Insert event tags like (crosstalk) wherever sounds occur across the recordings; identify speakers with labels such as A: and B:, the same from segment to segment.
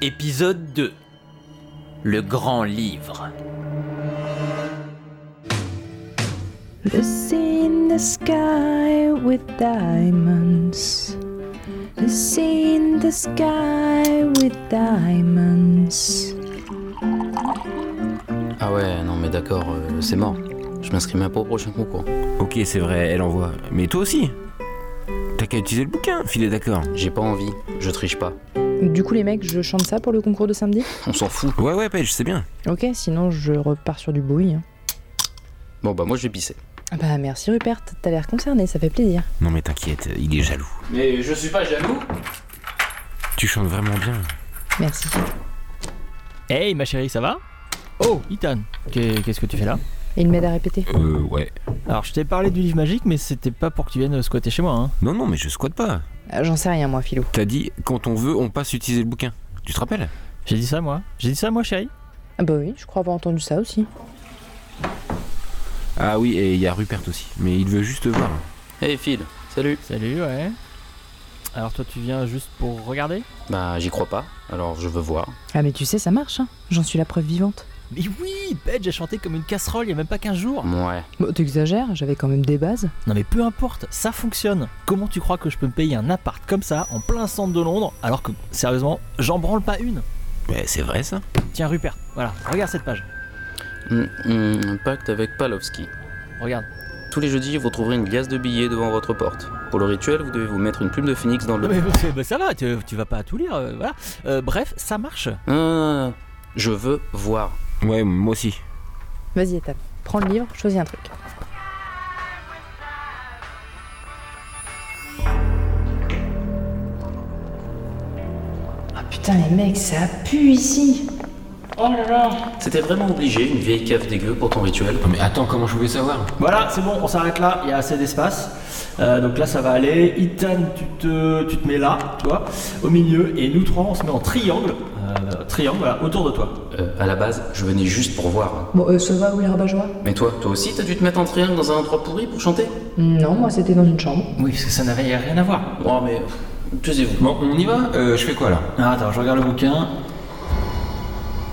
A: Épisode 2 Le grand livre.
B: The sea in the sky with diamonds. The sea in the sky with diamonds.
C: Ah ouais, non mais d'accord, euh, c'est mort. Je m'inscris même pas au prochain concours.
D: Ok, c'est vrai, elle envoie. Mais toi aussi T'as qu'à utiliser le bouquin, filet d'accord.
C: J'ai pas envie, je triche pas. (laughs)
B: Du coup, les mecs, je chante ça pour le concours de samedi
C: On s'en fout.
D: Ouais, ouais, Paige, c'est bien.
B: Ok, sinon je repars sur du bruit. hein.
C: Bon bah moi je vais pisser.
B: Ah Bah merci Rupert, t'as l'air concerné, ça fait plaisir.
D: Non, mais t'inquiète, il est jaloux.
C: Mais je suis pas jaloux.
D: Tu chantes vraiment bien.
B: Merci.
E: Hey ma chérie, ça va
C: Oh
E: Ethan, qu'est- qu'est-ce que tu fais là
B: Il m'aide à répéter.
D: Euh, ouais.
E: Alors je t'ai parlé du livre magique, mais c'était pas pour que tu viennes squatter chez moi. Hein.
D: Non, non, mais je squatte pas.
B: Ah, J'en sais rien, moi, Philou.
D: T'as dit, quand on veut, on passe utiliser le bouquin. Tu te rappelles
E: J'ai dit ça moi J'ai dit ça moi chérie
B: Ah bah oui, je crois avoir entendu ça aussi.
D: Ah oui, et il y a Rupert aussi. Mais il veut juste te voir.
C: Hey Phil, salut.
E: Salut, ouais. Alors toi tu viens juste pour regarder
C: Bah j'y crois pas, alors je veux voir.
B: Ah mais tu sais, ça marche, hein. j'en suis la preuve vivante.
E: Mais oui, Paige a chanté comme une casserole il y a même pas 15 jours.
C: Ouais.
B: Bon, t'exagères, j'avais quand même des bases.
E: Non mais peu importe, ça fonctionne. Comment tu crois que je peux me payer un appart comme ça en plein centre de Londres alors que sérieusement, j'en branle pas une
D: Mais c'est vrai ça
E: Tiens Rupert, voilà, regarde cette page.
C: Hum, hum, un pacte avec Palowski.
E: Regarde.
C: Tous les jeudis, vous trouverez une glace de billets devant votre porte. Pour le rituel, vous devez vous mettre une plume de phoenix dans
E: Non
C: le...
E: mais bah, ça va, tu, tu vas pas tout lire, euh, voilà. Euh, bref, ça marche.
C: Non, non, non, non. Je veux voir.
D: Ouais, moi aussi.
B: Vas-y, étape. Prends le livre, choisis un truc. Ah putain, les mecs, ça pue ici.
C: C'était vraiment obligé, une vieille cave dégueu pour ton rituel.
D: mais attends, comment je pouvais savoir
E: Voilà, c'est bon, on s'arrête là, il y a assez d'espace. Euh, donc là, ça va aller. Ethan, tu te, tu te mets là, toi, au milieu, et nous trois, on se met en triangle. Euh, triangle, voilà, autour de toi.
C: Euh, à la base, je venais juste pour voir.
B: Bon, euh, ça va où les rabat
C: Mais toi, toi aussi, t'as dû te mettre en triangle dans un endroit pourri pour chanter
B: Non, moi c'était dans une chambre.
E: Oui, parce que ça n'avait rien à voir.
C: Oh mais taisez-vous.
D: Bon, on y va Euh, Je fais quoi là
E: Ah, attends, je regarde le bouquin.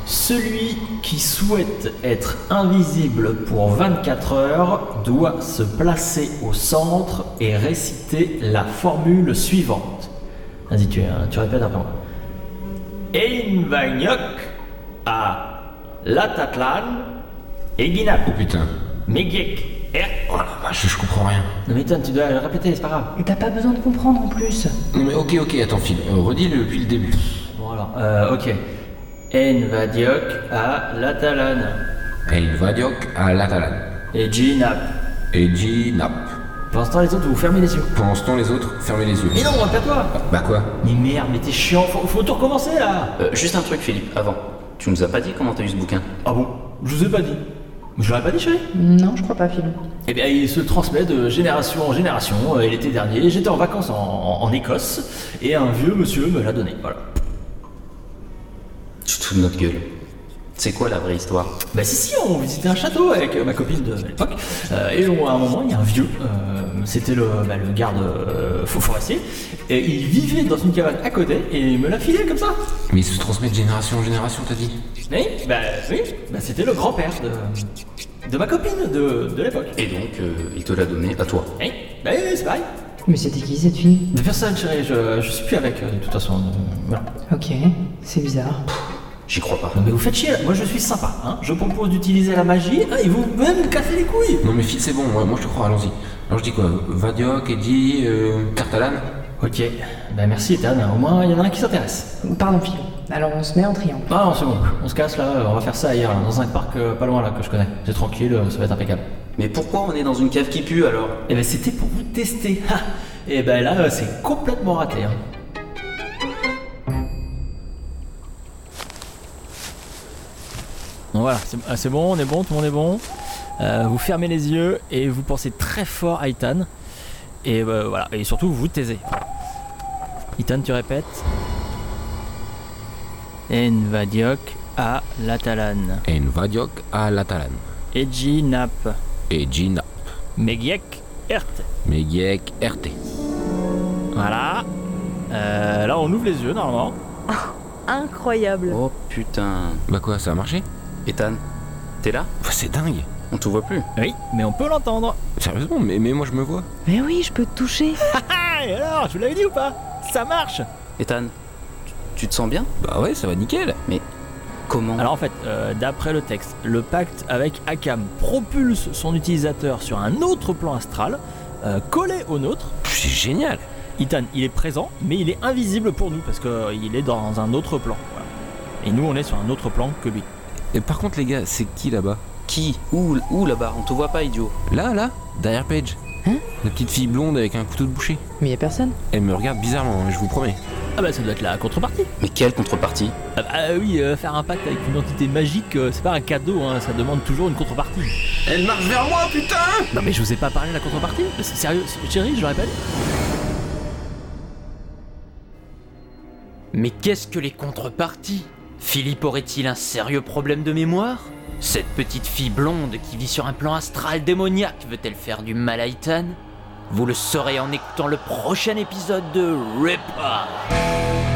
E: Celui qui souhaite être invisible pour 24 heures doit se placer au centre et réciter la formule suivante. Vas-y, tu, euh, tu répètes après moi. Einvanyok à Latatlan Eginap
D: Putain.
E: Megek Er.
D: Oh la vache, je comprends rien.
E: Non, mais Ethan, tu dois le répéter, c'est pas grave.
B: T'as pas besoin de comprendre en plus.
D: Non, mais ok, ok, attends, Phil. euh, redis le- depuis le début.
E: Bon, alors, euh, ok. Envadiok à Latalan
D: Et il va dioc à l'Atalan.
E: Eginap.
D: Et Ginap.
E: Pendant ce temps, les autres, vous fermez les yeux.
D: Pendant ce temps, les autres, fermez les yeux.
E: Mais non, repère-toi
D: Bah quoi
E: Mais merde, mais t'es chiant, faut, faut tout recommencer là
C: Euh, juste un truc Philippe, avant. Tu nous as pas dit comment t'as eu ce bouquin
E: Ah bon Je vous ai pas dit. Je l'aurais pas dit, chérie
B: Non, je crois pas, Philou.
E: Eh bien, il se transmet de génération en génération. euh, Et l'été dernier, j'étais en vacances en, en Écosse, et un vieux monsieur me l'a donné, voilà.
C: Tu te fous de notre gueule. C'est quoi la vraie histoire
E: Bah si si, on visitait un château avec euh, ma copine de l'époque, euh, et on- à un moment il y a un vieux, euh, c'était le, bah, le garde euh, faux forestier, et il vivait dans une cabane à côté et il me l'a filé comme ça.
D: Mais il se transmet de génération en génération, t'as dit
E: Oui, bah oui, bah, c'était le grand-père de, de ma copine de, de l'époque.
C: Et donc, euh, il te l'a donné à toi.
E: Oui, bah oui, oui, c'est pareil.
B: Mais c'était qui cette fille
E: De personne chérie, je, je suis plus avec euh, de toute façon. euh, voilà.
B: Ok, c'est bizarre.
C: J'y crois pas.
E: Non mais vous faites chier, là. moi je suis sympa, hein. je propose d'utiliser la magie hein, et vous même me cassez les couilles.
D: Non mais Phil, c'est bon, moi, moi je te crois, allons-y. Alors je dis quoi Vadioc, Eddie, euh, Tartalan
E: Ok, bah merci Ethan, au moins il y en a un qui s'intéresse.
B: Pardon, Philou. Alors on se met en triangle.
E: Ah non, c'est bon, on se casse là, on va faire ça ailleurs, là, dans un parc euh, pas loin là que je connais. C'est tranquille, euh, ça va être impeccable.
C: Mais pourquoi on est dans une cave qui pue alors
E: Et ben c'était pour vous tester. (laughs) ha. Et ben là, euh, c'est complètement raté. hein. Donc voilà, c'est- ah, c'est bon, on est bon, tout le monde est bon. Euh, vous fermez les yeux et vous pensez très fort à Ethan. Et euh, voilà, et surtout vous vous taisez. Ethan, tu répètes. Envadiok à Latalan.
D: Et Vadioc à l'Atalan.
E: Eji Nap.
D: Et Gina.
E: Megiek Ert.
D: Megiek, RT.
E: Voilà. Euh, là, on ouvre les yeux normalement.
F: incroyable.
C: Oh putain.
D: Bah quoi, ça a marché
C: Ethan, t'es là
D: Enfin, C'est dingue.
C: On te voit plus.
E: Oui, mais on peut l'entendre.
D: Sérieusement, mais, mais moi je me vois.
F: Mais oui, je peux te toucher.
E: Ah, et alors, je vous l'avais dit ou pas Ça marche
C: Ethan, tu- tu te sens bien
D: Bah ouais, ça va nickel.
C: Comment
E: Alors en fait, euh, d'après le texte, le pacte avec Akam propulse son utilisateur sur un autre plan astral, euh, collé au nôtre.
D: Pff, C'est génial.
E: Ethan, il est présent, mais il est invisible pour nous parce qu'il est dans un autre plan. voilà. Et nous, on est sur un autre plan que lui.
D: Et par contre, les gars, c'est qui là-bas
C: Qui Où Où là-bas On te voit pas, idiot.
D: Là, là Derrière Paige.
B: Hein
D: La petite fille blonde avec un couteau de boucher.
B: Mais y a personne.
D: Elle me regarde bizarrement, hein, je vous promets.
E: Ah bah ça doit être la contrepartie.
C: Mais quelle contrepartie
E: Ah bah oui, euh, faire un pacte avec une entité magique, euh, c'est pas un cadeau, hein, ça demande toujours une contrepartie.
D: Elle marche vers moi, putain
E: Non mais je vous ai pas parlé de la contrepartie Mais c'est Sérieux, chérie, je le répète
A: Mais qu'est-ce que les contreparties Philippe aurait-il un sérieux problème de mémoire Cette petite fille blonde qui vit sur un plan astral démoniaque veut-elle faire du mal à Ethan Vous le saurez en écoutant le prochain épisode de Ripper.